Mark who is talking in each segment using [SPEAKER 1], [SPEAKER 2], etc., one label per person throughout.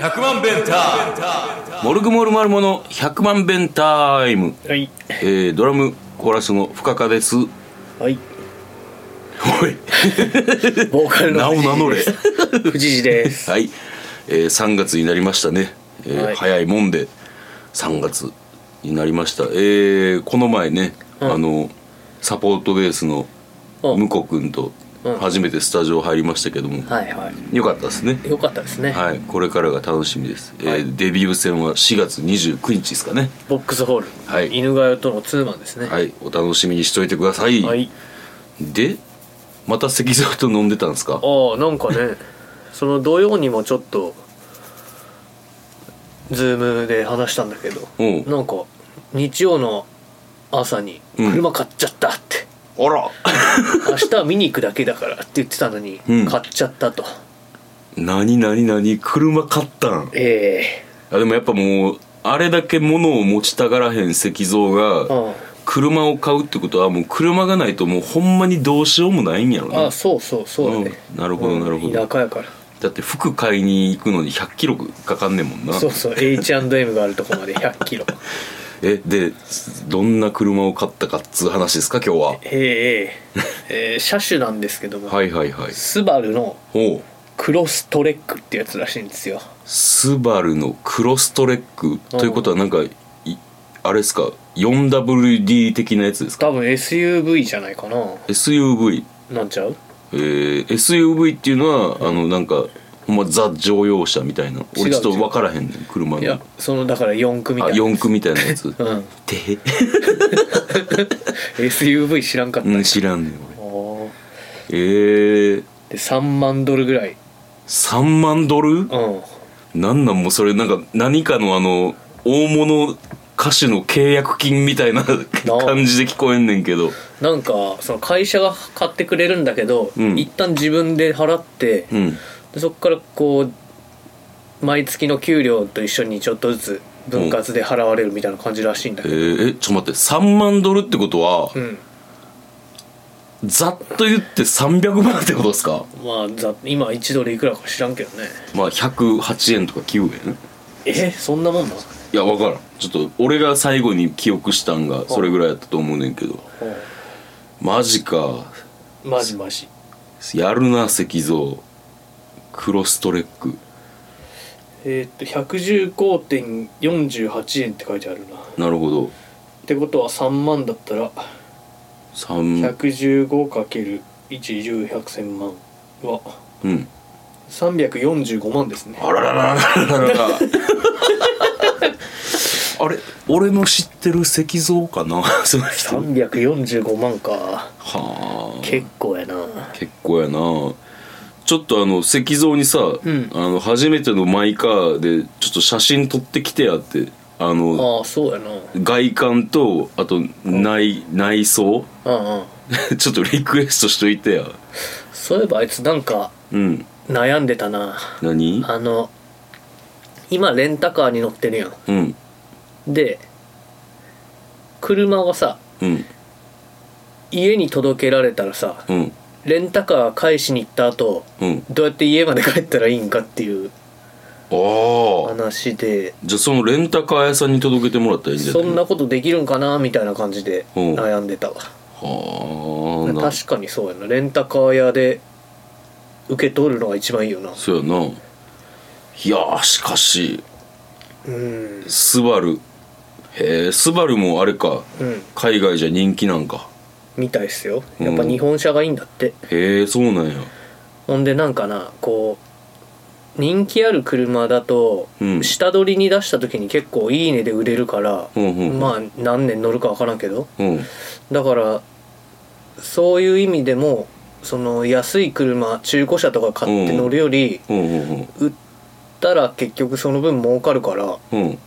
[SPEAKER 1] 100万弁タモルグモルマルモの100万弁タイム、
[SPEAKER 2] はい
[SPEAKER 1] えー、ドラムコーラスの深川ですお
[SPEAKER 2] はい
[SPEAKER 1] い
[SPEAKER 2] ボーカルの
[SPEAKER 1] 名を名乗れ
[SPEAKER 2] 藤井 です
[SPEAKER 1] はい、えー、3月になりましたね、えー
[SPEAKER 2] はい
[SPEAKER 1] 早いもんで3月になりましたえー、この前ね、
[SPEAKER 2] うん
[SPEAKER 1] あのサポートベースの
[SPEAKER 2] うん
[SPEAKER 1] 向こくんと
[SPEAKER 2] うん
[SPEAKER 1] 初めてスタジオ入りましたけども、
[SPEAKER 2] はいはい
[SPEAKER 1] よかったですね
[SPEAKER 2] よかったですね、
[SPEAKER 1] はい、これからが楽しみです、えー
[SPEAKER 2] はい
[SPEAKER 1] デビュー戦は4月29日ですかね
[SPEAKER 2] ボックスホール、
[SPEAKER 1] はい
[SPEAKER 2] 犬飼とのツーマンですね
[SPEAKER 1] はいお楽しみにしといてください、
[SPEAKER 2] はい
[SPEAKER 1] でまた石像と飲んでたんですか
[SPEAKER 2] ああなんか ねその土曜にもちょっとズームで話したんだけど
[SPEAKER 1] うん
[SPEAKER 2] なんか日曜の朝に「
[SPEAKER 1] うん
[SPEAKER 2] 車買っちゃった」 って、
[SPEAKER 1] あら
[SPEAKER 2] 明日は見に行くだけだから」って言ってたのに、
[SPEAKER 1] うん
[SPEAKER 2] 買っちゃったと
[SPEAKER 1] 何何何車買ったん
[SPEAKER 2] え
[SPEAKER 1] あでもやっぱもうあれだけ物を持ちたがらへん石像
[SPEAKER 2] え
[SPEAKER 1] が車を買うってことはもう車がないともうほんまにどうしようもないんやろ
[SPEAKER 2] うん、あ
[SPEAKER 1] な
[SPEAKER 2] そうそうそうだね、
[SPEAKER 1] うんなるほどなるほど
[SPEAKER 2] うん田舎やから
[SPEAKER 1] だって服買いに行くのに100キロかかんねんも んな
[SPEAKER 2] そうそう H&M があるとこまで1 0 0キロ
[SPEAKER 1] えでどんな車を買ったかっつう話ですか今日は
[SPEAKER 2] ええええ車種なんですけども、
[SPEAKER 1] はいはいはい
[SPEAKER 2] スバルの
[SPEAKER 1] ほう
[SPEAKER 2] クロストレックってやつらしいんですよ
[SPEAKER 1] スバルのクロストレックということはなんかいあれですか 4WD 的なやつですか
[SPEAKER 2] 多分 SUV じゃないかな
[SPEAKER 1] SUV
[SPEAKER 2] なんちゃう
[SPEAKER 1] えー SUV っていうのは、あのなんかほんまザ乗用車みたいな俺ちょっと分からへんねん車
[SPEAKER 2] いや
[SPEAKER 1] の
[SPEAKER 2] そのだから4区み
[SPEAKER 1] あ
[SPEAKER 2] たいな
[SPEAKER 1] 四駆みたいなや つ
[SPEAKER 2] うん
[SPEAKER 1] て
[SPEAKER 2] SUV 知らんかった、
[SPEAKER 1] うん知らんねん俺
[SPEAKER 2] おー
[SPEAKER 1] えー、
[SPEAKER 2] で3万ドルぐらい
[SPEAKER 1] 3万ドル
[SPEAKER 2] うん
[SPEAKER 1] なんなんもうそれなんか何かのあの大物歌手の契約金みたいな 感じで聞こえんねんけど
[SPEAKER 2] なんかその会社が買ってくれるんだけど、
[SPEAKER 1] うん
[SPEAKER 2] 一旦自分で払って、
[SPEAKER 1] うん
[SPEAKER 2] でそこからこう毎月の給料と一緒にちょっとずつ分割で払われるみたいな感じらしいんだ
[SPEAKER 1] え
[SPEAKER 2] けど、
[SPEAKER 1] ー、えちょっと待って3万ドルってことは、
[SPEAKER 2] うん
[SPEAKER 1] ざっと言って300万ってことですか
[SPEAKER 2] まあざ今1ドルいくらか知らんけどね
[SPEAKER 1] まあ108円とか9円
[SPEAKER 2] えそんなもんない
[SPEAKER 1] や分からんちょっと俺が最後に記憶したんがそれぐらいやったと思うねんけどマジか
[SPEAKER 2] マジマジ
[SPEAKER 1] やるな石像クロストレック
[SPEAKER 2] えーっと115.48円って書いてあるなっ
[SPEAKER 1] なるほど
[SPEAKER 2] てことは3万だったら
[SPEAKER 1] 3
[SPEAKER 2] 115×110100 万は
[SPEAKER 1] うん
[SPEAKER 2] 345万ですね
[SPEAKER 1] あららららららららあれ俺の知ってる石像かな その人は
[SPEAKER 2] 345万か
[SPEAKER 1] あ
[SPEAKER 2] 結構やな
[SPEAKER 1] 結構やなちょっとあの石像にさ、
[SPEAKER 2] ん
[SPEAKER 1] あの初めてのマイカーでちょっと写真撮ってきてやってあの
[SPEAKER 2] ああそうやなう
[SPEAKER 1] 外観とあと内,、内装
[SPEAKER 2] んうん
[SPEAKER 1] ちょっとリクエストしといてや
[SPEAKER 2] そういえばあいつなんか
[SPEAKER 1] うん
[SPEAKER 2] 悩んでたな
[SPEAKER 1] 何
[SPEAKER 2] あの今レンタカーに乗ってるやん
[SPEAKER 1] うん
[SPEAKER 2] で車はさ
[SPEAKER 1] うん
[SPEAKER 2] 家に届けられたらさ
[SPEAKER 1] うん
[SPEAKER 2] レンタカー返しに行った後
[SPEAKER 1] うん
[SPEAKER 2] どうやって家まで帰ったらいいんかっていう
[SPEAKER 1] ああ
[SPEAKER 2] 話で
[SPEAKER 1] じゃあそのレンタカー屋さんに届けてもらったらいいんじゃな
[SPEAKER 2] そ
[SPEAKER 1] い
[SPEAKER 2] んなことできるんかなみたいな感じで
[SPEAKER 1] うん
[SPEAKER 2] 悩んでたわ
[SPEAKER 1] はあな
[SPEAKER 2] 確かにそうやなレンタカー屋で受け取るのが一番いいよな
[SPEAKER 1] そうやないやーしかし
[SPEAKER 2] うん
[SPEAKER 1] スバルへえスバルもあれか
[SPEAKER 2] うん
[SPEAKER 1] 海外じゃ人気なんか
[SPEAKER 2] みたいっすよやっぱ日本車がいいんだって
[SPEAKER 1] へえそうなんや
[SPEAKER 2] ほんでなんかなこう人気ある車だと、
[SPEAKER 1] うん
[SPEAKER 2] 下取りに出した時に結構いいねで売れるから、
[SPEAKER 1] うんうん
[SPEAKER 2] まあ何年乗るか分からんけど
[SPEAKER 1] うん
[SPEAKER 2] だからそういう意味でもその安い車中古車とか買って乗るより、
[SPEAKER 1] うんうん
[SPEAKER 2] 売ったら結局その分儲かるから
[SPEAKER 1] うんうんへ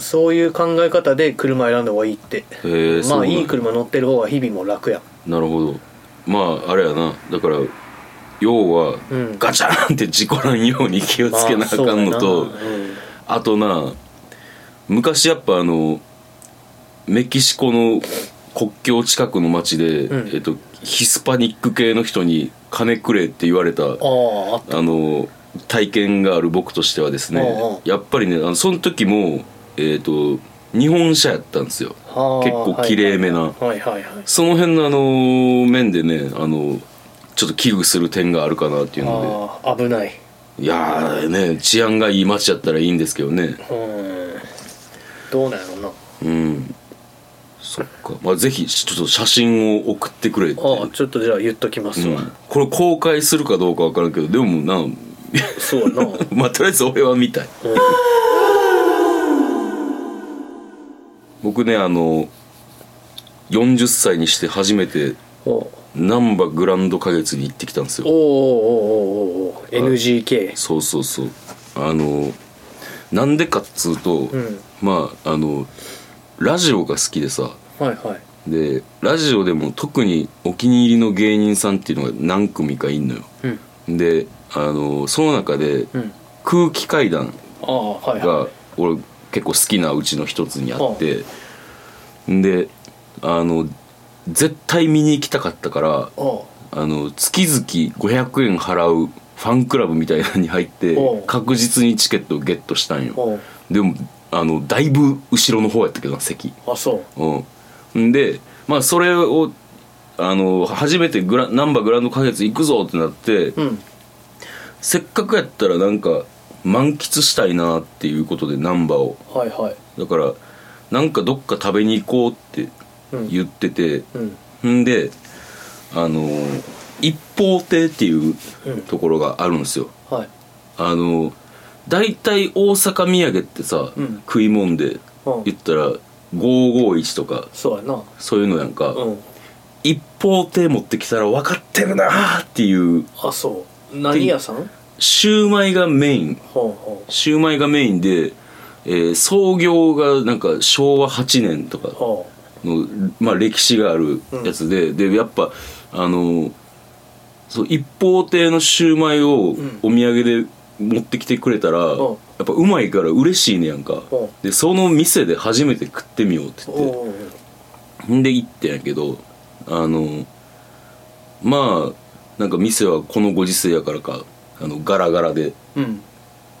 [SPEAKER 2] そういう考え方で車選んだ方がいいって、
[SPEAKER 1] え
[SPEAKER 2] まあ
[SPEAKER 1] なんや
[SPEAKER 2] いい車乗ってる方が日々も楽やん
[SPEAKER 1] なるほどまああれやなだから要は、
[SPEAKER 2] うん
[SPEAKER 1] ガチャンって事故らんように気をつけなあかんのと、
[SPEAKER 2] まあそうやなうん
[SPEAKER 1] あとな昔やっぱあのメキシコの国境近くの町で、
[SPEAKER 2] うん
[SPEAKER 1] えっと、ヒスパニック系の人に金くれって言われた
[SPEAKER 2] あーあっ
[SPEAKER 1] あの体験がある僕としてはですね
[SPEAKER 2] うんうん
[SPEAKER 1] やっぱりねあのその時も、えっと日本車やったんですよ
[SPEAKER 2] あー
[SPEAKER 1] 結構きれいめな、
[SPEAKER 2] はいはいはい
[SPEAKER 1] その辺のあの面でねあのちょっと危惧する点があるかなっていうの
[SPEAKER 2] ああ危ない
[SPEAKER 1] でいやーね治安がいい街やったらいいんですけどね
[SPEAKER 2] うんどうなんやろうな
[SPEAKER 1] うんそっか、まあ、ぜひちょっと写真を送ってくれって
[SPEAKER 2] ああちょっとじゃあ言っときます
[SPEAKER 1] う
[SPEAKER 2] わ、
[SPEAKER 1] んこれ公開するかどうか分からんけどでもな
[SPEAKER 2] そう やな、
[SPEAKER 1] まあとりあえず俺は見たい僕ねあの40歳にして初めて
[SPEAKER 2] おお
[SPEAKER 1] 難波グランド花月に行ってきたんです
[SPEAKER 2] お
[SPEAKER 1] よ
[SPEAKER 2] おおーおーおーおー NGK
[SPEAKER 1] そうそうそうあのなんでかっつうと、
[SPEAKER 2] ん
[SPEAKER 1] まああのラジオが好きでさ
[SPEAKER 2] はいはい
[SPEAKER 1] でラジオでも特にお気に入りの芸人さんっていうのが何組かいんのよ
[SPEAKER 2] うん
[SPEAKER 1] であのその中で
[SPEAKER 2] うん
[SPEAKER 1] 空気階段
[SPEAKER 2] ああはいは
[SPEAKER 1] が俺結構好きなうちの一つにあってであの絶対見に行きたかったから
[SPEAKER 2] いお
[SPEAKER 1] あの月々500円払うファンクラブみたいなのに入って
[SPEAKER 2] おう
[SPEAKER 1] 確実にチケットをゲットしたんよ
[SPEAKER 2] お
[SPEAKER 1] でもあのだいぶ後ろの方やったけどな席
[SPEAKER 2] あそう
[SPEAKER 1] うんんでまあそれをあの初めてグラナンバーグランド花月行くぞってなって、
[SPEAKER 2] うん
[SPEAKER 1] せっかくやったらなんか満喫したいなっていうことでナンバーを
[SPEAKER 2] はいはい
[SPEAKER 1] だからなんかどっか食べに行こうって
[SPEAKER 2] うん
[SPEAKER 1] 言ってて、
[SPEAKER 2] うん
[SPEAKER 1] んであのー一方亭っていうところがあるんですよ、
[SPEAKER 2] はい
[SPEAKER 1] あのー大体大阪土産ってさ、
[SPEAKER 2] うん
[SPEAKER 1] 食い物で
[SPEAKER 2] うん
[SPEAKER 1] 言ったら551とか
[SPEAKER 2] そうやな
[SPEAKER 1] そういうのやんか、
[SPEAKER 2] うん
[SPEAKER 1] 一方亭持ってきたら分かってるなーっていう
[SPEAKER 2] あそう何屋さん
[SPEAKER 1] シューマイがメイン
[SPEAKER 2] ほうほ
[SPEAKER 1] シューマイがメインで、えー創業がなんか昭和8年とか
[SPEAKER 2] うほ
[SPEAKER 1] の、まあ、歴史があるやつで、でやっぱあのそう一方亭のシューマイを
[SPEAKER 2] ん
[SPEAKER 1] お土産で持ってきてくれたら、
[SPEAKER 2] うん
[SPEAKER 1] やっぱうまいから嬉しいねやんか、
[SPEAKER 2] うん
[SPEAKER 1] でその店で初めて食ってみようって
[SPEAKER 2] う
[SPEAKER 1] 言って
[SPEAKER 2] おう
[SPEAKER 1] ほんで行ってんやけどあのまあなんか店はこのご時世やからかあのガラガラで
[SPEAKER 2] うん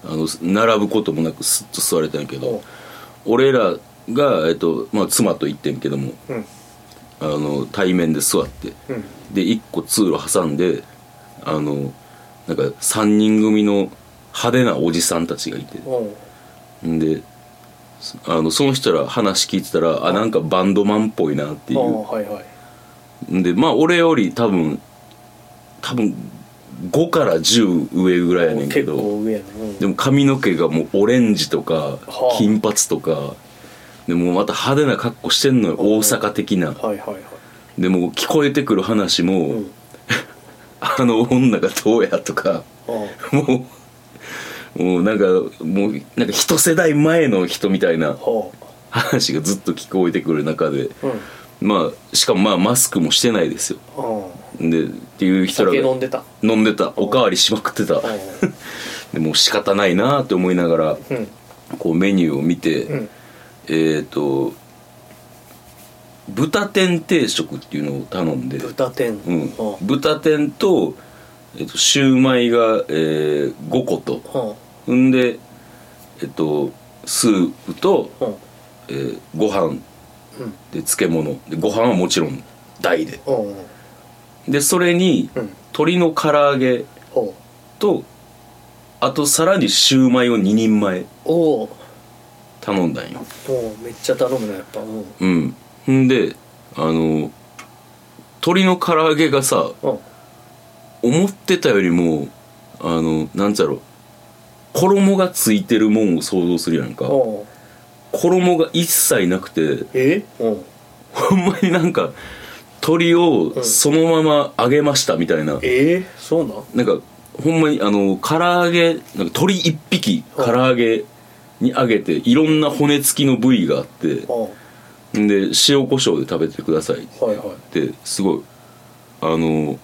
[SPEAKER 1] あの並ぶこともなくスッと座れたんやけ
[SPEAKER 2] おう
[SPEAKER 1] ど俺らが、えっとまあ、妻と行ってんけども
[SPEAKER 2] うん
[SPEAKER 1] あの対面で座って
[SPEAKER 2] うん
[SPEAKER 1] で1個通路挟んであのなんか3人組の派手なおじさんたちがいて
[SPEAKER 2] おうん
[SPEAKER 1] であのその人ら話聞いてたらあなんかバンドマンっぽいなってい
[SPEAKER 2] ああ
[SPEAKER 1] う
[SPEAKER 2] はいはい
[SPEAKER 1] でまあ俺より多分多分5から10上ぐらいやねんけ
[SPEAKER 2] 結
[SPEAKER 1] ど
[SPEAKER 2] 構上やなうん
[SPEAKER 1] でも髪の毛がもうオレンジとか
[SPEAKER 2] はあ
[SPEAKER 1] 金髪とかでもうまた派手な格好してんのよ大阪的な
[SPEAKER 2] はいはいはい
[SPEAKER 1] でもう聞こえてくる話も、
[SPEAKER 2] ん
[SPEAKER 1] あの女がどうやとか
[SPEAKER 2] あ
[SPEAKER 1] もうもうなんかもうなんか一世代前の人みたいな
[SPEAKER 2] あほ
[SPEAKER 1] 話がずっと聞こえてくる中で
[SPEAKER 2] ううん
[SPEAKER 1] まあしかもまあマスクもしてないですよ
[SPEAKER 2] うん
[SPEAKER 1] でっていう人ら
[SPEAKER 2] 酒飲
[SPEAKER 1] が
[SPEAKER 2] んでた
[SPEAKER 1] 飲んでたおかわりしまくってた
[SPEAKER 2] う
[SPEAKER 1] でもう仕方ないなって思いながら
[SPEAKER 2] ん
[SPEAKER 1] こうメニューを見て、
[SPEAKER 2] うん
[SPEAKER 1] えっ、と豚天定食っていうのを頼んで、
[SPEAKER 2] 豚天
[SPEAKER 1] う
[SPEAKER 2] うん
[SPEAKER 1] ん
[SPEAKER 2] は、
[SPEAKER 1] 豚天と,、えっとシューマイが、えー5個と
[SPEAKER 2] あは
[SPEAKER 1] んでえっとスープと、
[SPEAKER 2] あは
[SPEAKER 1] えーご飯
[SPEAKER 2] あうん
[SPEAKER 1] で漬物でご飯はもちろん大で
[SPEAKER 2] うんうん
[SPEAKER 1] でそれに
[SPEAKER 2] うん
[SPEAKER 1] 鶏の唐揚げ
[SPEAKER 2] ほう
[SPEAKER 1] とあとさらにシューマイを2人前
[SPEAKER 2] おお
[SPEAKER 1] 頼んだんよ
[SPEAKER 2] もうめっちゃ頼むなやっぱうん
[SPEAKER 1] うんんであの鶏の唐揚げがさ
[SPEAKER 2] うん
[SPEAKER 1] 思ってたよりもあのなんちゃろう衣がついてるもんを想像するやんか
[SPEAKER 2] うん
[SPEAKER 1] 衣が一切なくて
[SPEAKER 2] えうん
[SPEAKER 1] ほんまになんか鶏をそのまま揚げましたみたいな、
[SPEAKER 2] えーそうなん
[SPEAKER 1] なんかほんまにあの唐揚げなんか鶏一匹
[SPEAKER 2] うん
[SPEAKER 1] 唐揚げに揚げていろんな骨付きの部位があって
[SPEAKER 2] うん
[SPEAKER 1] んで塩コショウで食べてください
[SPEAKER 2] はいはい
[SPEAKER 1] ってすごいあの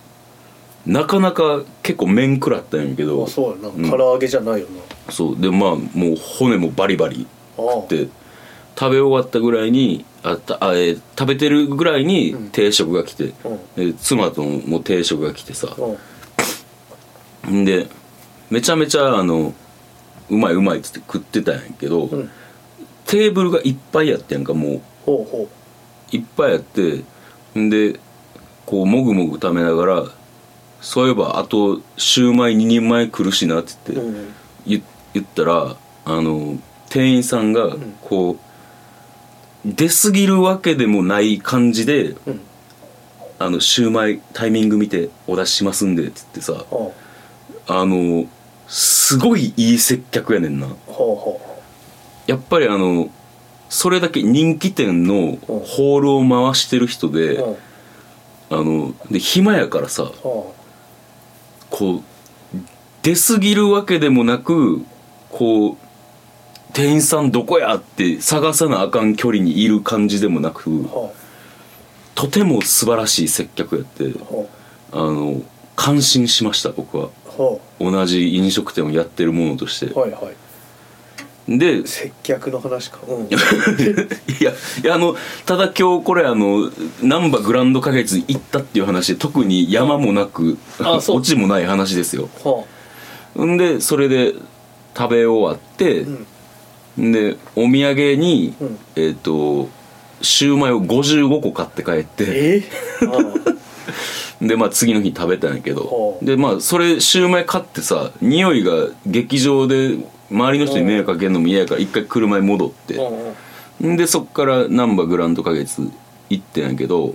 [SPEAKER 1] なかなか結構麺食らったんやけど
[SPEAKER 2] あそうや
[SPEAKER 1] うん
[SPEAKER 2] な唐揚げじゃないよな
[SPEAKER 1] そうでまあもう骨もバリバリ
[SPEAKER 2] ああ
[SPEAKER 1] で食べ終わったぐらいにあたあ、えー食べてるぐらいに定食が来て、で妻とも定食が来てさ、
[SPEAKER 2] うん
[SPEAKER 1] んでめちゃめちゃあのうまいうまいっつって食ってたんやけど、
[SPEAKER 2] ん
[SPEAKER 1] テーブルがいっぱいやってんかもう
[SPEAKER 2] ほうほ
[SPEAKER 1] いっぱいあってんでこうもぐもぐ食べながらそういえばあとシューマイ2人前来るしなって
[SPEAKER 2] う、
[SPEAKER 1] 言って、
[SPEAKER 2] うん、
[SPEAKER 1] 言言ったらあの店員さんがこう、出過ぎるわけでもない感じで、
[SPEAKER 2] うん
[SPEAKER 1] あのシューマイタイミング見てお出ししますんでって言ってさ
[SPEAKER 2] ほ
[SPEAKER 1] あのすごいいい接客やねんな
[SPEAKER 2] うほうほ
[SPEAKER 1] やっぱりあのそれだけ人気店のホールを回してる人で、
[SPEAKER 2] ううん
[SPEAKER 1] あので暇やからさ
[SPEAKER 2] ほ
[SPEAKER 1] こう出過ぎるわけでもなくこう店員さんどこやって探さなあかん距離にいる感じでもなく
[SPEAKER 2] うほ
[SPEAKER 1] とても素晴らしい接客やって
[SPEAKER 2] うほ
[SPEAKER 1] あの感心しました僕は
[SPEAKER 2] うほ
[SPEAKER 1] 同じ飲食店をやってるものとして
[SPEAKER 2] うはいはい
[SPEAKER 1] で
[SPEAKER 2] 接客の話かうん
[SPEAKER 1] いやいやあのただ今日これあの難波グランド花月行ったっていう話で特に山もなく
[SPEAKER 2] あそう
[SPEAKER 1] 落ちもない話ですよ
[SPEAKER 2] ほ
[SPEAKER 1] んでそれで食べ終わって、
[SPEAKER 2] ううん
[SPEAKER 1] んでお土産に、
[SPEAKER 2] うん
[SPEAKER 1] えっ、とシューマイを55個買って帰って
[SPEAKER 2] えー、
[SPEAKER 1] でまあ次の日食べたんやけど
[SPEAKER 2] ほう
[SPEAKER 1] でまあそれシューマイ買ってさ匂いが劇場で周りの人に迷惑かけるのも嫌やから一回車に戻っ
[SPEAKER 2] うんう
[SPEAKER 1] て、
[SPEAKER 2] んうん
[SPEAKER 1] ん、でそっから難波グランド花月行ってんやけど、
[SPEAKER 2] ん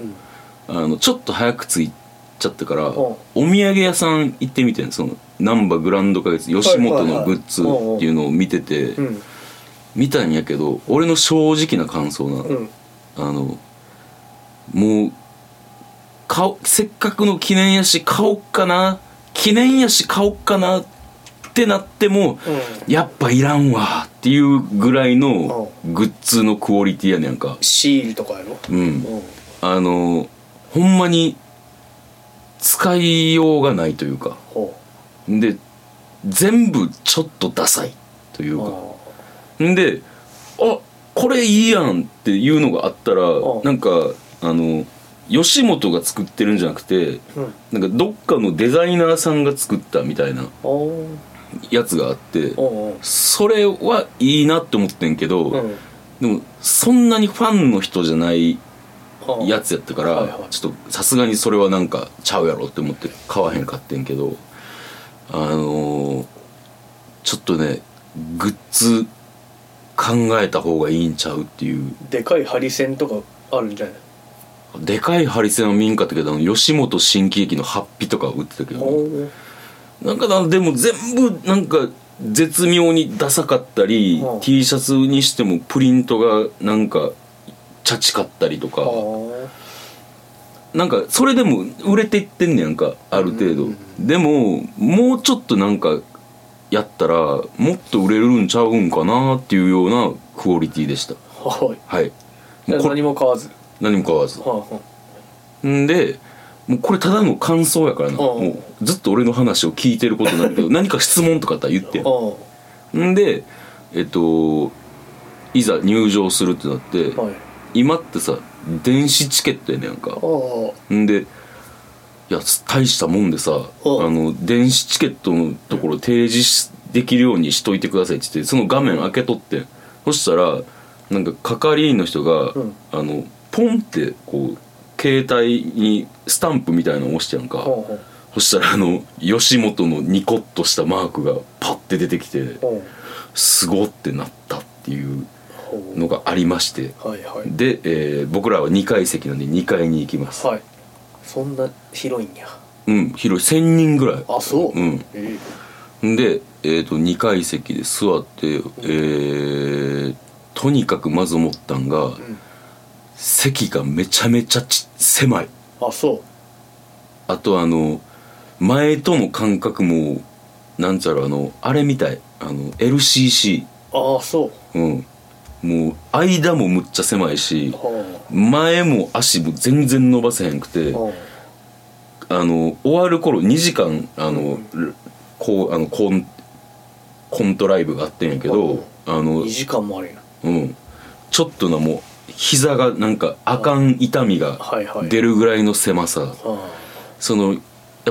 [SPEAKER 1] あのちょっと早く着いちゃったから、
[SPEAKER 2] ほ
[SPEAKER 1] お土産屋さん行ってみてんその難波グランド花月吉本のグッズっていうのを見てて、
[SPEAKER 2] うん
[SPEAKER 1] 見たんやけど俺の正直な感想な、
[SPEAKER 2] うん
[SPEAKER 1] あのもう顔せっかくの記念やし買おっかな記念やし買おっかなってなっても、やっぱいらんわっていうぐらいのグッズのクオリティやねんか
[SPEAKER 2] シールとかやろ
[SPEAKER 1] うん、
[SPEAKER 2] うん
[SPEAKER 1] あのほんまに使いようがないというか
[SPEAKER 2] ほ
[SPEAKER 1] で全部ちょっとダサいという
[SPEAKER 2] う
[SPEAKER 1] か
[SPEAKER 2] あ
[SPEAKER 1] んで「あこれいいやん」っていうのがあったら
[SPEAKER 2] うん
[SPEAKER 1] なんかあの吉本が作ってるんじゃなくて
[SPEAKER 2] ーうん
[SPEAKER 1] なんかどっかのデザイナーさんが作ったみたいな
[SPEAKER 2] おー
[SPEAKER 1] やつがあって
[SPEAKER 2] おう
[SPEAKER 1] それはいいなって思ってんけど、
[SPEAKER 2] おううん
[SPEAKER 1] でもそんなにファンの人じゃない
[SPEAKER 2] あ
[SPEAKER 1] やつやったから、
[SPEAKER 2] はいはい
[SPEAKER 1] ちょっとさすがにそれはなんかちゃうやろって思って買わへんかってんけどあのーちょっとねグッズ考えた方がいいんちゃうっていう
[SPEAKER 2] でかいハリセンとかあるんじゃない
[SPEAKER 1] でかいハリセンは見んかったけどあの吉本新喜劇のハッピとか売ってたけど
[SPEAKER 2] おー
[SPEAKER 1] なんかなでも全部なんか絶妙にダサかったり
[SPEAKER 2] うん
[SPEAKER 1] T シャツにしてもプリントがなんかチャチかったりとか
[SPEAKER 2] あー
[SPEAKER 1] なんかそれでも売れていってんねやんかある程度、
[SPEAKER 2] うんうん
[SPEAKER 1] でももうちょっとなんかやったらもっと売れるんちゃうんかなっていうようなクオリティでした
[SPEAKER 2] はい
[SPEAKER 1] はいもうこ
[SPEAKER 2] 何
[SPEAKER 1] れ
[SPEAKER 2] も買わず
[SPEAKER 1] 何も買わず
[SPEAKER 2] はあは
[SPEAKER 1] んでもうこれただの感想やからな、
[SPEAKER 2] ん
[SPEAKER 1] もうずっと俺の話を聞いてることになるけど 何か質問とかあったら言って
[SPEAKER 2] あは
[SPEAKER 1] んでえっといざ入場するってなって、
[SPEAKER 2] あはい
[SPEAKER 1] 今ってさ電子チケットやねんか
[SPEAKER 2] ああ
[SPEAKER 1] んでいや大したもんでさあ
[SPEAKER 2] うん
[SPEAKER 1] の電子チケットのところ提示しできるようにしといてくださいって言ってその画面開けとってんそしたらなんか係員の人が、
[SPEAKER 2] うん
[SPEAKER 1] あのポンってこう携帯にスタンプみたいなのを押してやんか、
[SPEAKER 2] はあは
[SPEAKER 1] そしたらあの吉本のニコッとしたマークがパッて出てきて
[SPEAKER 2] あは
[SPEAKER 1] すごってなったっていう
[SPEAKER 2] あほ
[SPEAKER 1] のがありまして
[SPEAKER 2] うはいはい
[SPEAKER 1] で、えー僕らは2階席なんで2階に行きます、
[SPEAKER 2] はいそんな広いんや
[SPEAKER 1] うん広い1000人ぐらい
[SPEAKER 2] あそううんえ
[SPEAKER 1] で、えー、と2階席で座って、えーとにかくまず思ったんが、
[SPEAKER 2] ん
[SPEAKER 1] 席がめちゃめちゃち狭い
[SPEAKER 2] えあそう
[SPEAKER 1] あとあの前との間隔もなんちゃらあのあれみたいあの LCC
[SPEAKER 2] ああそう
[SPEAKER 1] うんもう間もむっちゃ狭いし
[SPEAKER 2] は
[SPEAKER 1] 前も足も全然伸ばせへんくて
[SPEAKER 2] あは
[SPEAKER 1] あの終わる頃2時間あの、こうあのコンコントライブがあってんやけど、
[SPEAKER 2] うん
[SPEAKER 1] あ
[SPEAKER 2] あ
[SPEAKER 1] の
[SPEAKER 2] 2時間もあるやん
[SPEAKER 1] うん、ちょっとなもう膝がなんかあかん痛みが
[SPEAKER 2] はいはい
[SPEAKER 1] 出るぐらいの狭さ、
[SPEAKER 2] あ
[SPEAKER 1] そのや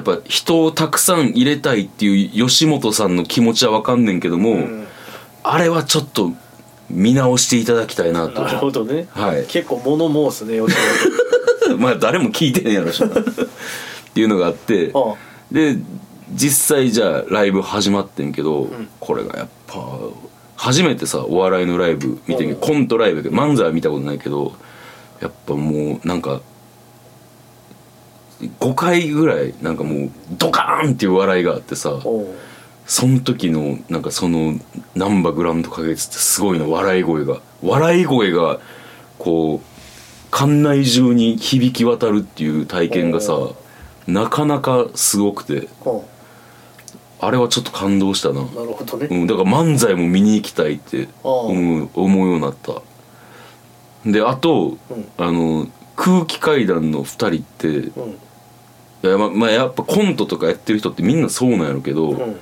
[SPEAKER 1] っぱ人をたくさん入れたいっていう吉本さんの気持ちは分かんねんけども、
[SPEAKER 2] あうん
[SPEAKER 1] あれはちょっと見直していただきたいなと
[SPEAKER 2] なるほどね、
[SPEAKER 1] はい
[SPEAKER 2] 結構物申すね吉
[SPEAKER 1] まあ誰も聞いてねえやろしなっていうのがあって
[SPEAKER 2] 本
[SPEAKER 1] で実際じゃあライブ始まってんけど、
[SPEAKER 2] ん
[SPEAKER 1] これがやっぱ初めてさお笑いのライブ見てんけど
[SPEAKER 2] おう
[SPEAKER 1] コントライブやけど漫才は見たことないけどやっぱもうなんか5回ぐらいなんかもうドカーンっていう笑いがあってさ
[SPEAKER 2] おう
[SPEAKER 1] その時のなんかその「なんばグランド花月」ってすごいの笑い声が笑い声がこう館内中に響き渡るっていう体験がさ
[SPEAKER 2] お
[SPEAKER 1] なかなかすごくて
[SPEAKER 2] お
[SPEAKER 1] あれはちょっと感動したな、
[SPEAKER 2] うなるほどね、
[SPEAKER 1] うん、だから漫才も見に行きたいって思う思うようになったであと、
[SPEAKER 2] うん
[SPEAKER 1] あの空気階段の2人って
[SPEAKER 2] うん
[SPEAKER 1] いや,、ままあ、やっぱコントとかやってる人ってみんなそうなんやろけど、
[SPEAKER 2] うん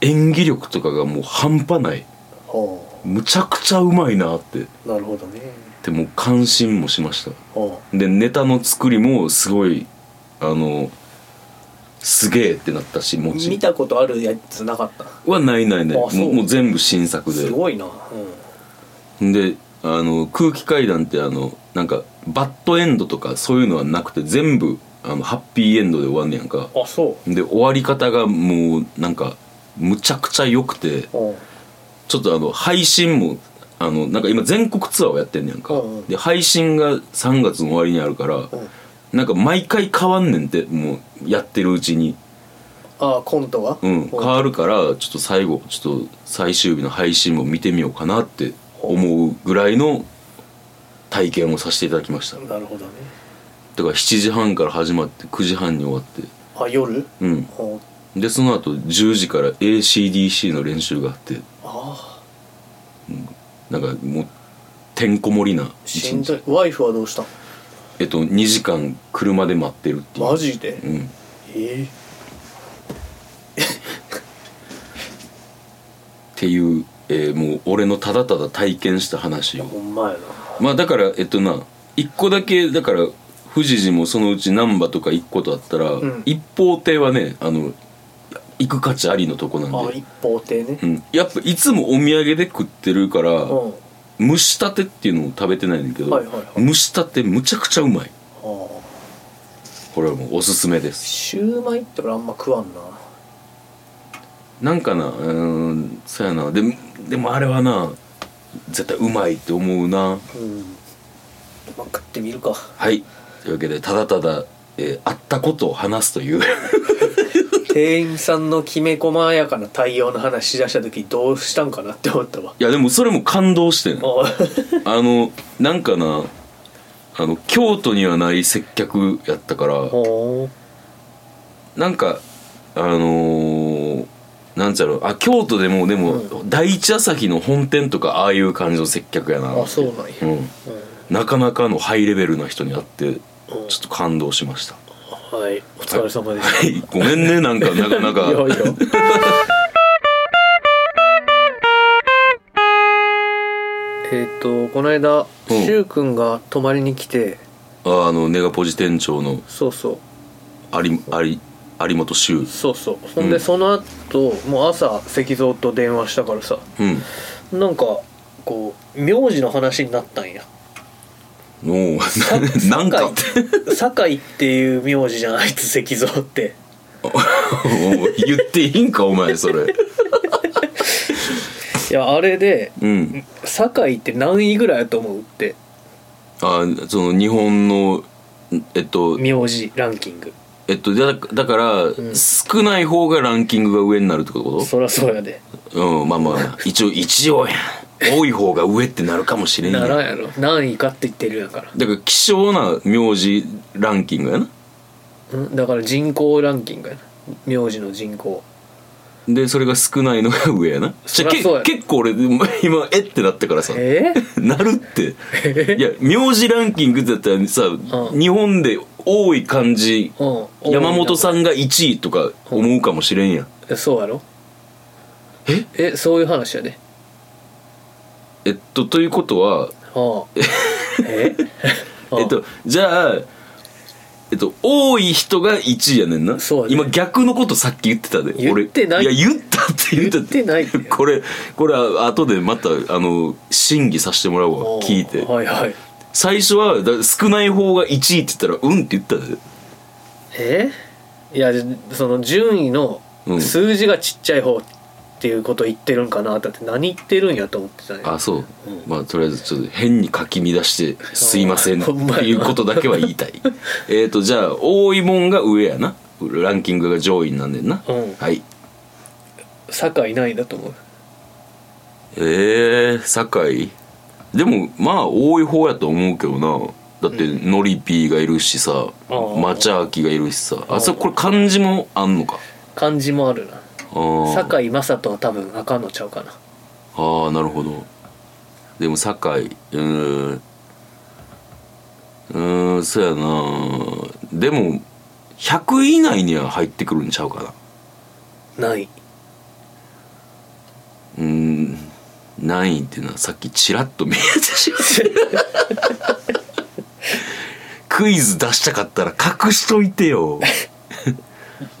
[SPEAKER 1] 演技力とかがもう半端ない
[SPEAKER 2] お
[SPEAKER 1] むちゃくちゃうまいなって
[SPEAKER 2] うなるほどね
[SPEAKER 1] でもう感心もしました
[SPEAKER 2] おう
[SPEAKER 1] でネタの作りもすごいあのすげえってなったしも
[SPEAKER 3] 見
[SPEAKER 1] ち
[SPEAKER 3] たことあるやつなかった
[SPEAKER 1] はないないない
[SPEAKER 2] あ
[SPEAKER 1] も
[SPEAKER 2] そう
[SPEAKER 1] うもう全部新作です
[SPEAKER 2] ごいな、う
[SPEAKER 1] であの空気階段ってあのなんかバッドエンドとかそういうのはなくて全部あのハッピーエンドで終わんねやんか
[SPEAKER 2] ん、あそう
[SPEAKER 1] で終わり方がもうなんかむちゃくちゃ良くて
[SPEAKER 2] おう
[SPEAKER 1] ちょっとあの配信もあのなんか今全国ツアーをやってんねやんか、
[SPEAKER 2] うんうん
[SPEAKER 1] で配信が3月の終わりにあるから、
[SPEAKER 2] ん
[SPEAKER 1] なんか毎回変わんねんってもうやってるうちに、
[SPEAKER 2] ああコントが
[SPEAKER 1] うん、変
[SPEAKER 2] お
[SPEAKER 1] わるからちょっと最後ちょっと最終日の配信も見てみようかなって思うぐらいの体験をさせていただきましただか
[SPEAKER 2] なるほどね
[SPEAKER 1] ら7時半から始まって9時半に終わって
[SPEAKER 2] あ夜
[SPEAKER 1] うん
[SPEAKER 2] おう
[SPEAKER 1] でその後10時から ACDC の練習があって
[SPEAKER 2] ああ
[SPEAKER 1] なんかもうてんこ盛りな
[SPEAKER 2] しんどいワイフはどうしたの
[SPEAKER 1] えっと、2時間車で待ってるっていう
[SPEAKER 2] マジで
[SPEAKER 1] うん
[SPEAKER 2] え
[SPEAKER 1] っていう、えーもう俺のただただ体験した
[SPEAKER 2] え
[SPEAKER 1] 話を
[SPEAKER 2] ほんまやな
[SPEAKER 1] まあだからえっとな一個だけだから富士寺もそのうち難波とか一個とあったら、
[SPEAKER 2] ん
[SPEAKER 1] 一方亭はねあの行く価値ありのとこなん
[SPEAKER 2] あ
[SPEAKER 1] で、
[SPEAKER 2] 一方亭ね
[SPEAKER 1] うん、やっぱいつもお土産で食ってるから、
[SPEAKER 2] うん
[SPEAKER 1] 蒸したてっていうのを食べてないんだけど、
[SPEAKER 2] はいはいはい
[SPEAKER 1] 蒸したてむちゃくちゃうまい
[SPEAKER 2] ああ
[SPEAKER 1] これはもうおすすめです
[SPEAKER 2] シューマイって俺あんま食わんな
[SPEAKER 1] なんかなうーんそうやなでもでもあれはな絶対うまいって思うな
[SPEAKER 2] うんまあ食ってみるか
[SPEAKER 1] はいというわけでただただ、えー会ったことを話すという
[SPEAKER 2] 店員さんのきめ細やかな対応の話し出した時どうしたんかなって思ったわ
[SPEAKER 1] いやでもそれも感動してんあ
[SPEAKER 2] ああ
[SPEAKER 1] のなんかなあの京都にはない接客やったから
[SPEAKER 2] ほ
[SPEAKER 1] なんかあのーなんちゃろあ京都でもでも、第一朝日の本店とかああいう感じの接客やな
[SPEAKER 2] うあそうなんや、
[SPEAKER 1] うん、なかなかのハイレベルな人に会ってちょっと感動しました
[SPEAKER 2] はいお疲れ様でした、
[SPEAKER 1] はいごめんねなんかなかなか
[SPEAKER 2] いやいやえっとこの間
[SPEAKER 1] うん
[SPEAKER 2] しゅうくんが泊まりに来て
[SPEAKER 1] ああのネガポジ店長の
[SPEAKER 2] そうそう
[SPEAKER 1] 有有有本修
[SPEAKER 2] そうそうほん
[SPEAKER 1] う
[SPEAKER 2] で
[SPEAKER 1] ん
[SPEAKER 2] その後、もう朝石像と電話したからさ
[SPEAKER 1] うん
[SPEAKER 2] なんかこう名字の話になったんや
[SPEAKER 1] お
[SPEAKER 2] さ
[SPEAKER 1] お なんか って
[SPEAKER 2] 酒井酒井っていう名字じゃんあいつ石像って
[SPEAKER 1] おい言っていいんかお前それ
[SPEAKER 2] いやあれで
[SPEAKER 1] うん
[SPEAKER 2] 酒井って何位ぐらいやと思うって
[SPEAKER 1] あその日本のえっと
[SPEAKER 2] 名字ランキング
[SPEAKER 1] えっとだだから、
[SPEAKER 2] ん
[SPEAKER 1] 少ない方がランキングが上になるってこ
[SPEAKER 2] そりゃそうやで
[SPEAKER 1] とうんまあまあ一応一応や多い方が上ってなるかもしれんや
[SPEAKER 2] ならんやろ何位かって言ってるんやから
[SPEAKER 1] だから希少な名字ランキングやな
[SPEAKER 2] うんだから人口ランキングやな名字の人口
[SPEAKER 1] でそれが少ないのが上やな
[SPEAKER 2] そ
[SPEAKER 1] じゃ
[SPEAKER 2] りゃ
[SPEAKER 1] あけ
[SPEAKER 2] そうや
[SPEAKER 1] 結構俺今えってなったからさ
[SPEAKER 2] え ー
[SPEAKER 1] なるって いや名字ランキングだったらさ、
[SPEAKER 2] うん
[SPEAKER 1] 日本で多い感じ、
[SPEAKER 2] うん
[SPEAKER 1] 山本さんが1位とか思うかもしれんやん、
[SPEAKER 2] えそうやろえそういう話やで
[SPEAKER 1] えっとということは
[SPEAKER 2] はあえはあ
[SPEAKER 1] えっとじゃあえっと多い人が1位やねんな
[SPEAKER 2] そうやね
[SPEAKER 1] 今逆のことさっき言ってたで
[SPEAKER 2] 言ってない
[SPEAKER 1] 俺いや言ったって言った
[SPEAKER 2] 言ってないよ
[SPEAKER 1] これこれ後でまたあの審議させてもらうわ
[SPEAKER 2] おう
[SPEAKER 1] 聞いて
[SPEAKER 2] はいはい
[SPEAKER 1] 最初はだ少ない方が1位って言ったらうんって言ったで
[SPEAKER 2] えいやその順位の
[SPEAKER 1] うん
[SPEAKER 2] 数字がちっちゃい方っていうこと言ってるんかなだって何言ってるんやと思ってたね
[SPEAKER 1] あそう、まあとりあえずちょっと変にかき乱して「すいません」って
[SPEAKER 2] ほんまやない
[SPEAKER 1] うことだけは言 いたいえっとじゃあ多いもんが上やなランキングが上位になんねんな、
[SPEAKER 2] うん
[SPEAKER 1] はい
[SPEAKER 2] 坂いないんだと思う
[SPEAKER 1] えー、堺でもまあ多い方やと思うけどなだってノリピーがいるしさ
[SPEAKER 2] ああ
[SPEAKER 1] マチャアキがいるしさあそこれ漢字もあんのか
[SPEAKER 2] 感じもあるな
[SPEAKER 1] ああ
[SPEAKER 2] 坂井雅人は多分あかんのちゃうかな
[SPEAKER 1] ああなるほどでも堺うーんうーんそうやなでも100以内には入ってくるんちゃうかな
[SPEAKER 2] ない
[SPEAKER 1] うーん何位っていうのはさっきチラッと見えてしまった クイズ出したかったら隠しといてよ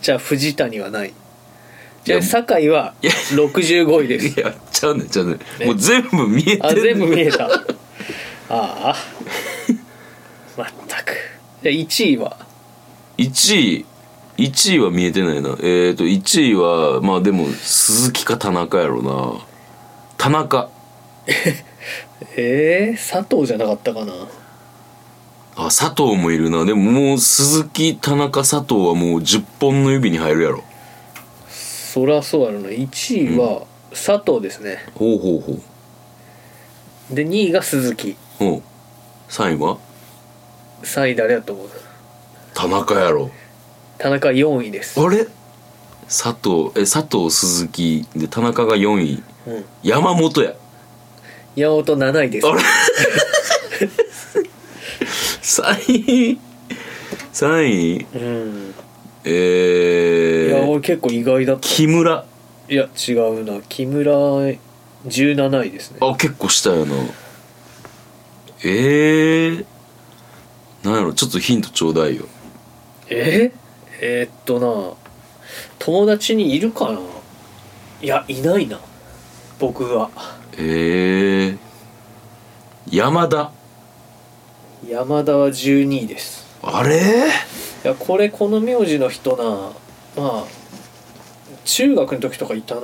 [SPEAKER 2] じゃあ藤谷はないじ
[SPEAKER 1] い
[SPEAKER 2] ゃあ
[SPEAKER 1] や
[SPEAKER 2] 酒井は65位で
[SPEAKER 1] い
[SPEAKER 2] す
[SPEAKER 1] やちゃうねんちゃうねんもう全部見えて
[SPEAKER 2] あ
[SPEAKER 1] る
[SPEAKER 2] 全部見え たああまったくじゃあ1位は
[SPEAKER 1] 1位1位は見えてないなえっ、ー、と1位はまあでも鈴木か田中やろな田中
[SPEAKER 2] えー、佐藤じゃなかったかな
[SPEAKER 1] あ佐藤もいるなでももう鈴木田中佐藤はもう10本の指に入るやろ
[SPEAKER 2] そりゃそうやろな1位は佐藤ですね、
[SPEAKER 1] ほうほうほう
[SPEAKER 2] で2位が鈴木
[SPEAKER 1] ほう3位は
[SPEAKER 2] 3位誰だと思う
[SPEAKER 1] 田中やろ
[SPEAKER 2] 田中4位です、
[SPEAKER 1] あれ佐藤え佐藤鈴木で田中が4位
[SPEAKER 2] うん、
[SPEAKER 1] 山本や
[SPEAKER 2] 山本7位です
[SPEAKER 1] あれ3位3位
[SPEAKER 2] うん
[SPEAKER 1] え
[SPEAKER 2] い
[SPEAKER 1] ー、
[SPEAKER 2] や俺結構意外だった
[SPEAKER 1] 木村
[SPEAKER 2] いや違うな木村17位ですね
[SPEAKER 1] あ結構したよなえー、なんやろちょっとヒントちょうだいよ
[SPEAKER 2] ええーっとな友達にいるかないやいないな僕は
[SPEAKER 1] えー、山田
[SPEAKER 2] 山田は12位です
[SPEAKER 1] あれ
[SPEAKER 2] いやこれこの名字の人なまあ中学の時とかいたな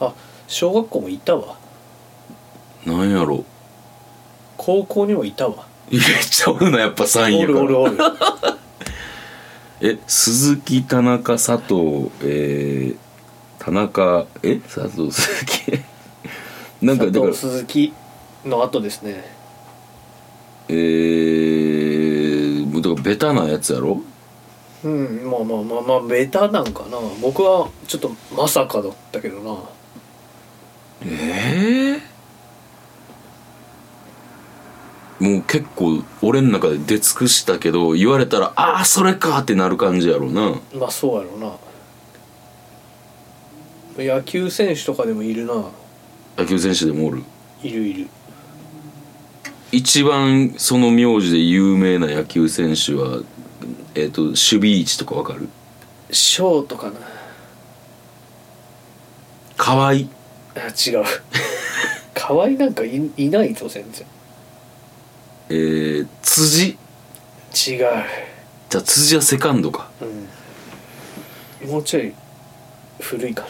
[SPEAKER 2] あ小学校もいたわ
[SPEAKER 1] なんやろ
[SPEAKER 2] 高校にもいたわ
[SPEAKER 1] いやちゃうなやっぱ3位
[SPEAKER 2] お
[SPEAKER 1] や
[SPEAKER 2] る
[SPEAKER 1] か
[SPEAKER 2] おる
[SPEAKER 1] ら
[SPEAKER 2] おる
[SPEAKER 1] え鈴木田中佐藤えー、田中え佐藤鈴木 なんかだ
[SPEAKER 2] 佐
[SPEAKER 1] から
[SPEAKER 2] 藤鈴木の後ですね
[SPEAKER 1] えー、もうだからベタなやつやろ
[SPEAKER 2] うんまあまあまあまあベタなんかな僕はちょっとまさかだったけどな
[SPEAKER 1] ええもう結構俺の中で出尽くしたけど言われたら「ああそれか!」ってなる感じやろうな
[SPEAKER 2] まあそうやろうな野球選手とかでもいるな
[SPEAKER 1] 野球選手でもおる
[SPEAKER 2] いるいる
[SPEAKER 1] 一番その名字で有名な野球選手はえっ、と守備位置とかわかる
[SPEAKER 2] ショートかな
[SPEAKER 1] 河合
[SPEAKER 2] あ違う河合なんかいいないぞ全然
[SPEAKER 1] えー、辻
[SPEAKER 2] 違
[SPEAKER 1] じゃあ辻はセカンドか
[SPEAKER 2] う、うん、もうちょい古いかな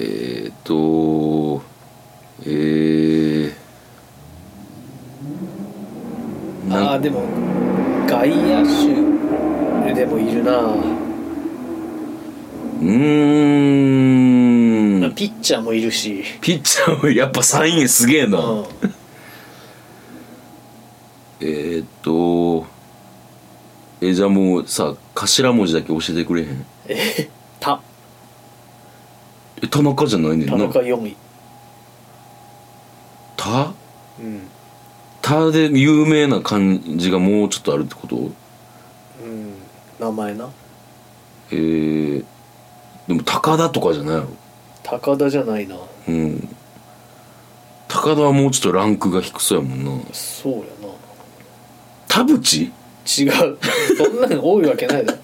[SPEAKER 1] えっ、とえー、なん
[SPEAKER 2] あーでも外野手でもいるな、
[SPEAKER 1] うーん
[SPEAKER 2] ピッチャーもいるし、
[SPEAKER 1] ピッチャーもやっぱサインすげえな、
[SPEAKER 2] うん、
[SPEAKER 1] えー、っとえじゃあもうさ頭文字だけ教えてくれへん
[SPEAKER 2] 田
[SPEAKER 1] え田中じゃないねん
[SPEAKER 2] 田
[SPEAKER 1] な
[SPEAKER 2] 中4位
[SPEAKER 1] 田
[SPEAKER 2] うん、
[SPEAKER 1] 田で有名な漢字がもうちょっとあるってこと
[SPEAKER 2] うん、名前な
[SPEAKER 1] えー、でも高田とかじゃないやろ
[SPEAKER 2] 高田じゃないな
[SPEAKER 1] うん高田はもうちょっとランクが低そうやもんな
[SPEAKER 2] そうやな
[SPEAKER 1] 田淵
[SPEAKER 2] 違うそんなの多いわけないだろ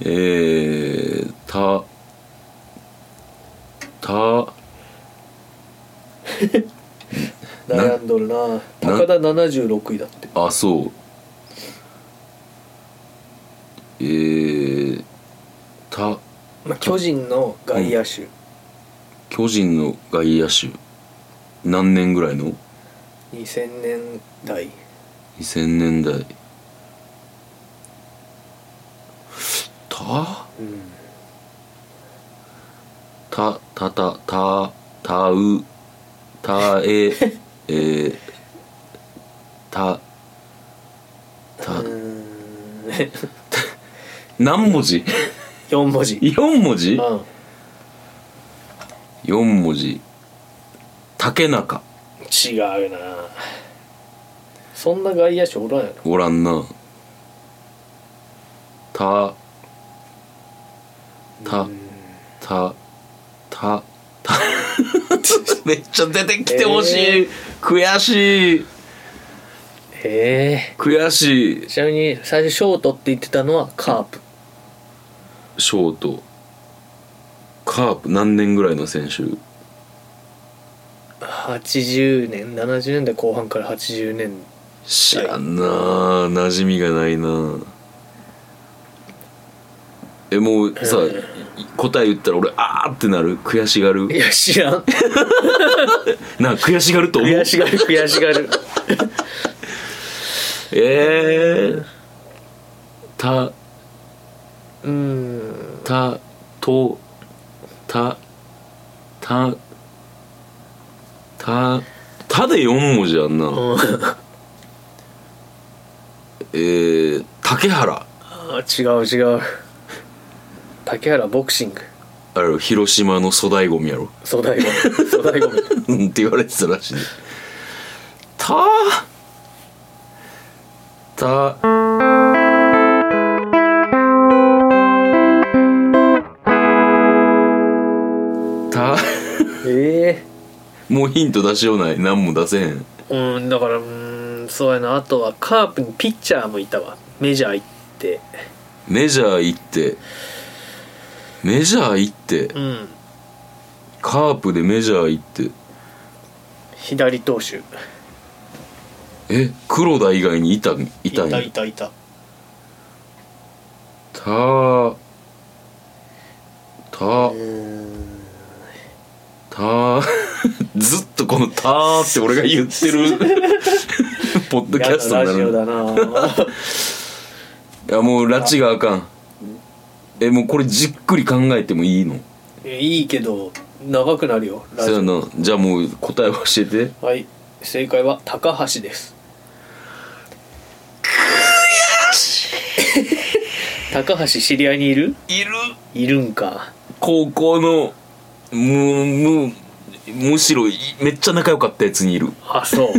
[SPEAKER 1] えー、たた
[SPEAKER 2] 悩んどるな
[SPEAKER 1] な
[SPEAKER 2] 高田76位だって
[SPEAKER 1] あそうえー、た
[SPEAKER 2] まあ、巨人の外野手、
[SPEAKER 1] 巨人の外野手何年ぐらいの
[SPEAKER 2] 2000年代
[SPEAKER 1] 2000年代た
[SPEAKER 2] うん
[SPEAKER 1] たたたたたうたええー、たた
[SPEAKER 2] うーん
[SPEAKER 1] 何文字
[SPEAKER 2] 四文字
[SPEAKER 1] 四文字
[SPEAKER 2] うん
[SPEAKER 1] 四文字竹中
[SPEAKER 2] 違うなそんな外野手おらんやろ
[SPEAKER 1] おらんなたたたたた めっちゃ出てきてほしい、
[SPEAKER 2] え
[SPEAKER 1] 悔しい
[SPEAKER 2] へえ
[SPEAKER 1] 悔しい
[SPEAKER 2] ちなみに最初ショートって言ってたのはカープ
[SPEAKER 1] ショートカープ何年ぐらいの選手
[SPEAKER 2] 80年70年代後半から80年
[SPEAKER 1] 知らんなあ馴染みがないなあえもうさい答え言ったら俺あーってなる悔しがる
[SPEAKER 2] いや知らん
[SPEAKER 1] なあ悔しがると思う
[SPEAKER 2] 悔しがる悔しがる
[SPEAKER 1] えー、た
[SPEAKER 2] うーん
[SPEAKER 1] たとたたたたで4文字やんな、
[SPEAKER 2] うん
[SPEAKER 1] えー、竹原
[SPEAKER 2] あー違う違う竹原ボクシング
[SPEAKER 1] あれ広島の粗大ゴミやろ
[SPEAKER 2] 粗大ゴミ粗大ゴミ
[SPEAKER 1] うんって言われてたらしいたたた
[SPEAKER 2] え
[SPEAKER 1] もうヒント出しようない何も出せへん
[SPEAKER 2] えうんだからうーんそうやなあとはカープにピッチャーもいたわメジャー行って
[SPEAKER 1] メジャー行ってメジャー行って
[SPEAKER 2] うん
[SPEAKER 1] カープでメジャー行って
[SPEAKER 2] 左投手
[SPEAKER 1] え黒田以外にいたんいたんや
[SPEAKER 2] いたいた
[SPEAKER 1] たた
[SPEAKER 2] うーん
[SPEAKER 1] た ずっとこの「た」って俺が言って るポッドキャスト
[SPEAKER 2] 嫌なラ
[SPEAKER 1] に
[SPEAKER 2] ジ
[SPEAKER 1] な
[SPEAKER 2] オ
[SPEAKER 1] る
[SPEAKER 2] だな
[SPEAKER 1] いやもう拉致があかんえもうこれじっくり考えてもいいの
[SPEAKER 2] いいけど長くなるよラ
[SPEAKER 1] そ
[SPEAKER 2] ジ
[SPEAKER 1] やなじゃあもう答え教えて
[SPEAKER 2] オはい正解は高橋です悔しい 高橋知り合いにいる
[SPEAKER 1] いる
[SPEAKER 2] いるんか
[SPEAKER 1] 高校のむむむしろいめっちゃ仲良かったやつにいる
[SPEAKER 2] あそ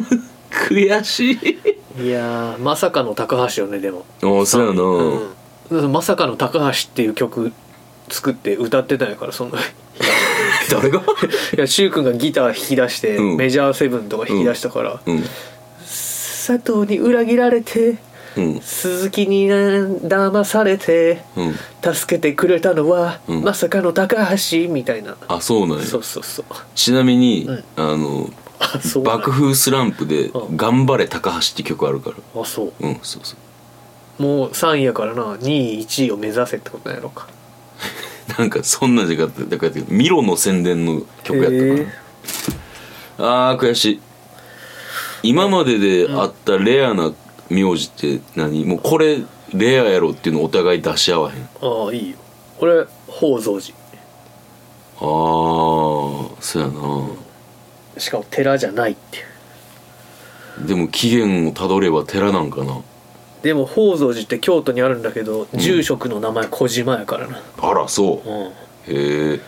[SPEAKER 1] 悔しいう
[SPEAKER 2] いやーまさかの高橋よねでも
[SPEAKER 1] ああそうやな、
[SPEAKER 2] うんまさかの高橋っていう曲作って歌ってたんやからそのい
[SPEAKER 1] 誰 が
[SPEAKER 2] や柊君がギター弾き出して、
[SPEAKER 1] うん
[SPEAKER 2] メジャーセブンとか弾き出したから、
[SPEAKER 1] うん
[SPEAKER 2] 佐藤に裏切られて
[SPEAKER 1] うん
[SPEAKER 2] 鈴木にな騙されて
[SPEAKER 1] うん
[SPEAKER 2] 助けてくれたのは、
[SPEAKER 1] うん
[SPEAKER 2] まさかの高橋みたいな
[SPEAKER 1] あそうなんや
[SPEAKER 2] そうそうそう
[SPEAKER 1] ちなみに、
[SPEAKER 2] うん
[SPEAKER 1] あの
[SPEAKER 2] あそうなん
[SPEAKER 1] 爆風スランプで「
[SPEAKER 2] うん
[SPEAKER 1] 頑張れ高橋」って曲あるから
[SPEAKER 2] あそう
[SPEAKER 1] うんそうそう
[SPEAKER 2] もう3位やからな2位1位を目指せってことなんやろか
[SPEAKER 1] なんかそんなんじゃなかっただからミロの宣伝の曲やった
[SPEAKER 2] へ
[SPEAKER 1] かなあー悔しい今までであったレアな名字って何もうこれレアやろっていうのお互い出し合わへんあ
[SPEAKER 2] ああいいよ俺宝蔵寺
[SPEAKER 1] あーそうやな
[SPEAKER 2] しかも寺じゃないっていう
[SPEAKER 1] でも起源をたどれば寺なんかな
[SPEAKER 2] でも宝蔵寺って京都にあるんだけど、住職の名前小島やからな
[SPEAKER 1] あらそううんへえ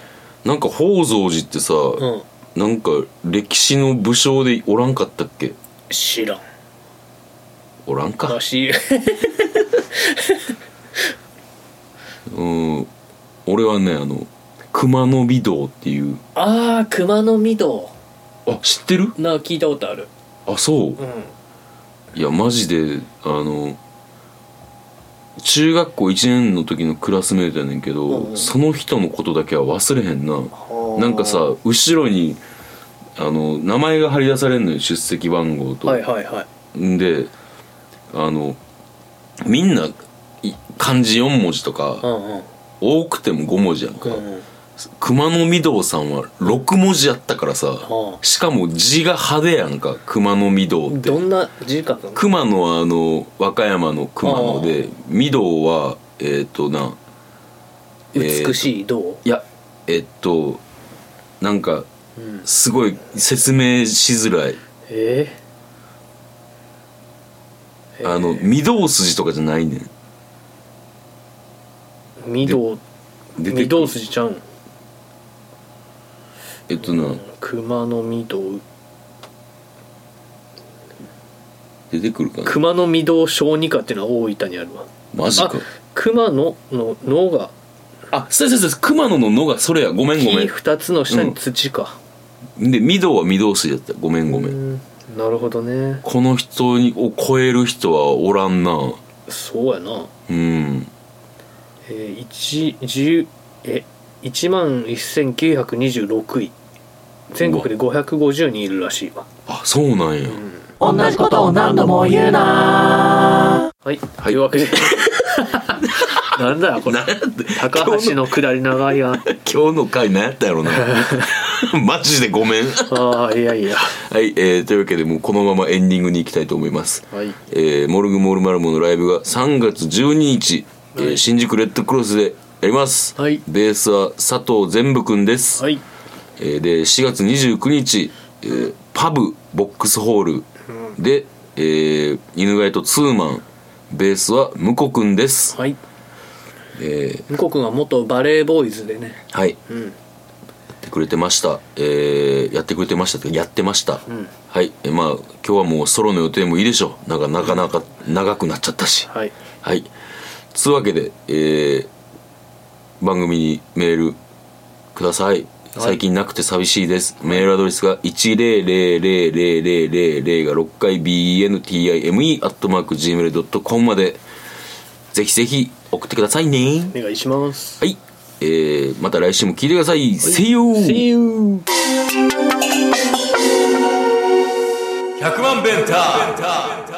[SPEAKER 1] なんか宝蔵寺ってさ、
[SPEAKER 2] うん
[SPEAKER 1] なんか歴史の武将でおらんかったっけ
[SPEAKER 2] 知らん
[SPEAKER 1] おらんから
[SPEAKER 2] しい
[SPEAKER 1] うん俺はねあの熊野美堂っていう
[SPEAKER 2] ああ熊野御堂
[SPEAKER 1] あ知ってる
[SPEAKER 2] な聞いたことある
[SPEAKER 1] あそう
[SPEAKER 2] うん
[SPEAKER 1] いやマジであの中学校1年の時のクラスメートやねんけど、
[SPEAKER 2] うんうん
[SPEAKER 1] その人のことだけは忘れへんな
[SPEAKER 2] はあ
[SPEAKER 1] なんかさ後ろにあの名前が貼り出されんのよ出席番号と、
[SPEAKER 2] はいはいはい
[SPEAKER 1] んであのみんない漢字4文字と
[SPEAKER 2] う
[SPEAKER 1] か
[SPEAKER 2] んうん
[SPEAKER 1] 多くても5文字やんか、
[SPEAKER 2] うんうん
[SPEAKER 1] 熊野御堂さんは6文字やったからさ、
[SPEAKER 2] は
[SPEAKER 1] しかも字が派手やんか熊野御堂って
[SPEAKER 2] どんな字書くの
[SPEAKER 1] 熊野はあの和歌山の熊野で御堂はえっ、となえー
[SPEAKER 2] 美しいどう、
[SPEAKER 1] いやえっとなんか
[SPEAKER 2] うん、
[SPEAKER 1] すごい説明しづらい
[SPEAKER 2] ええ
[SPEAKER 1] あの御堂筋とかじゃないねん
[SPEAKER 2] 御堂
[SPEAKER 1] 出て
[SPEAKER 2] 御
[SPEAKER 1] くる
[SPEAKER 2] 堂筋ちゃうん
[SPEAKER 1] えっとな
[SPEAKER 2] 熊の御堂
[SPEAKER 1] 出てくるかな
[SPEAKER 2] 熊の御堂小児科っていうのは大分にあるわ
[SPEAKER 1] マジか
[SPEAKER 2] あ熊野の脳が
[SPEAKER 1] あそうそうそうそう熊野の「の」がそれやごめんごめ
[SPEAKER 2] 木
[SPEAKER 1] ん
[SPEAKER 2] 二つの下に土か、
[SPEAKER 1] で御堂は御堂筋やったごめんごめん
[SPEAKER 2] うんなるほどね
[SPEAKER 1] この人を超える人はおらんな
[SPEAKER 2] そうやな
[SPEAKER 1] うん
[SPEAKER 2] えー、1 10え1万1926位全国で550人いるらしいわ
[SPEAKER 1] あそうなんや
[SPEAKER 4] 同じことを何度も言うな
[SPEAKER 2] はい、
[SPEAKER 1] い
[SPEAKER 2] というわけで なんだよこれ高橋の下り長いやん
[SPEAKER 1] 今日の回何やったや ろなマジでごめん
[SPEAKER 2] ああいやいや
[SPEAKER 1] はい、えーというわけでもうこのままエンディングに行きたいと思います、
[SPEAKER 2] はい
[SPEAKER 1] えーモルグモルマルモのライブが3月12日、えー
[SPEAKER 2] はい
[SPEAKER 1] 新宿レッドクロスでやります、
[SPEAKER 2] はい
[SPEAKER 1] ベースは佐藤全部くんです、
[SPEAKER 2] はい
[SPEAKER 1] えーで4月29日、えーパブボックスホールで、えー犬飼いとツーマンベースはムコくんです、
[SPEAKER 2] はい
[SPEAKER 1] え
[SPEAKER 2] 向こう君は元バレーボーイズでね
[SPEAKER 1] ーはい
[SPEAKER 2] うん
[SPEAKER 1] やってくれてました、えーやってくれてましたってかやってました、はい、えーまあ今日はもうソロの予定もいいでしょうなんかなかなか長くなっちゃったし
[SPEAKER 2] はい
[SPEAKER 1] はいつうわけで、えー番組にメールください最近なくて寂しいです、メールアドレスが1000000が6回 bentime.gmail.com までぜひぜひ送ってくださいね
[SPEAKER 2] お願いします
[SPEAKER 1] はい、えーまた来週も聞いてください、See you!
[SPEAKER 2] See you
[SPEAKER 5] 100万ベンター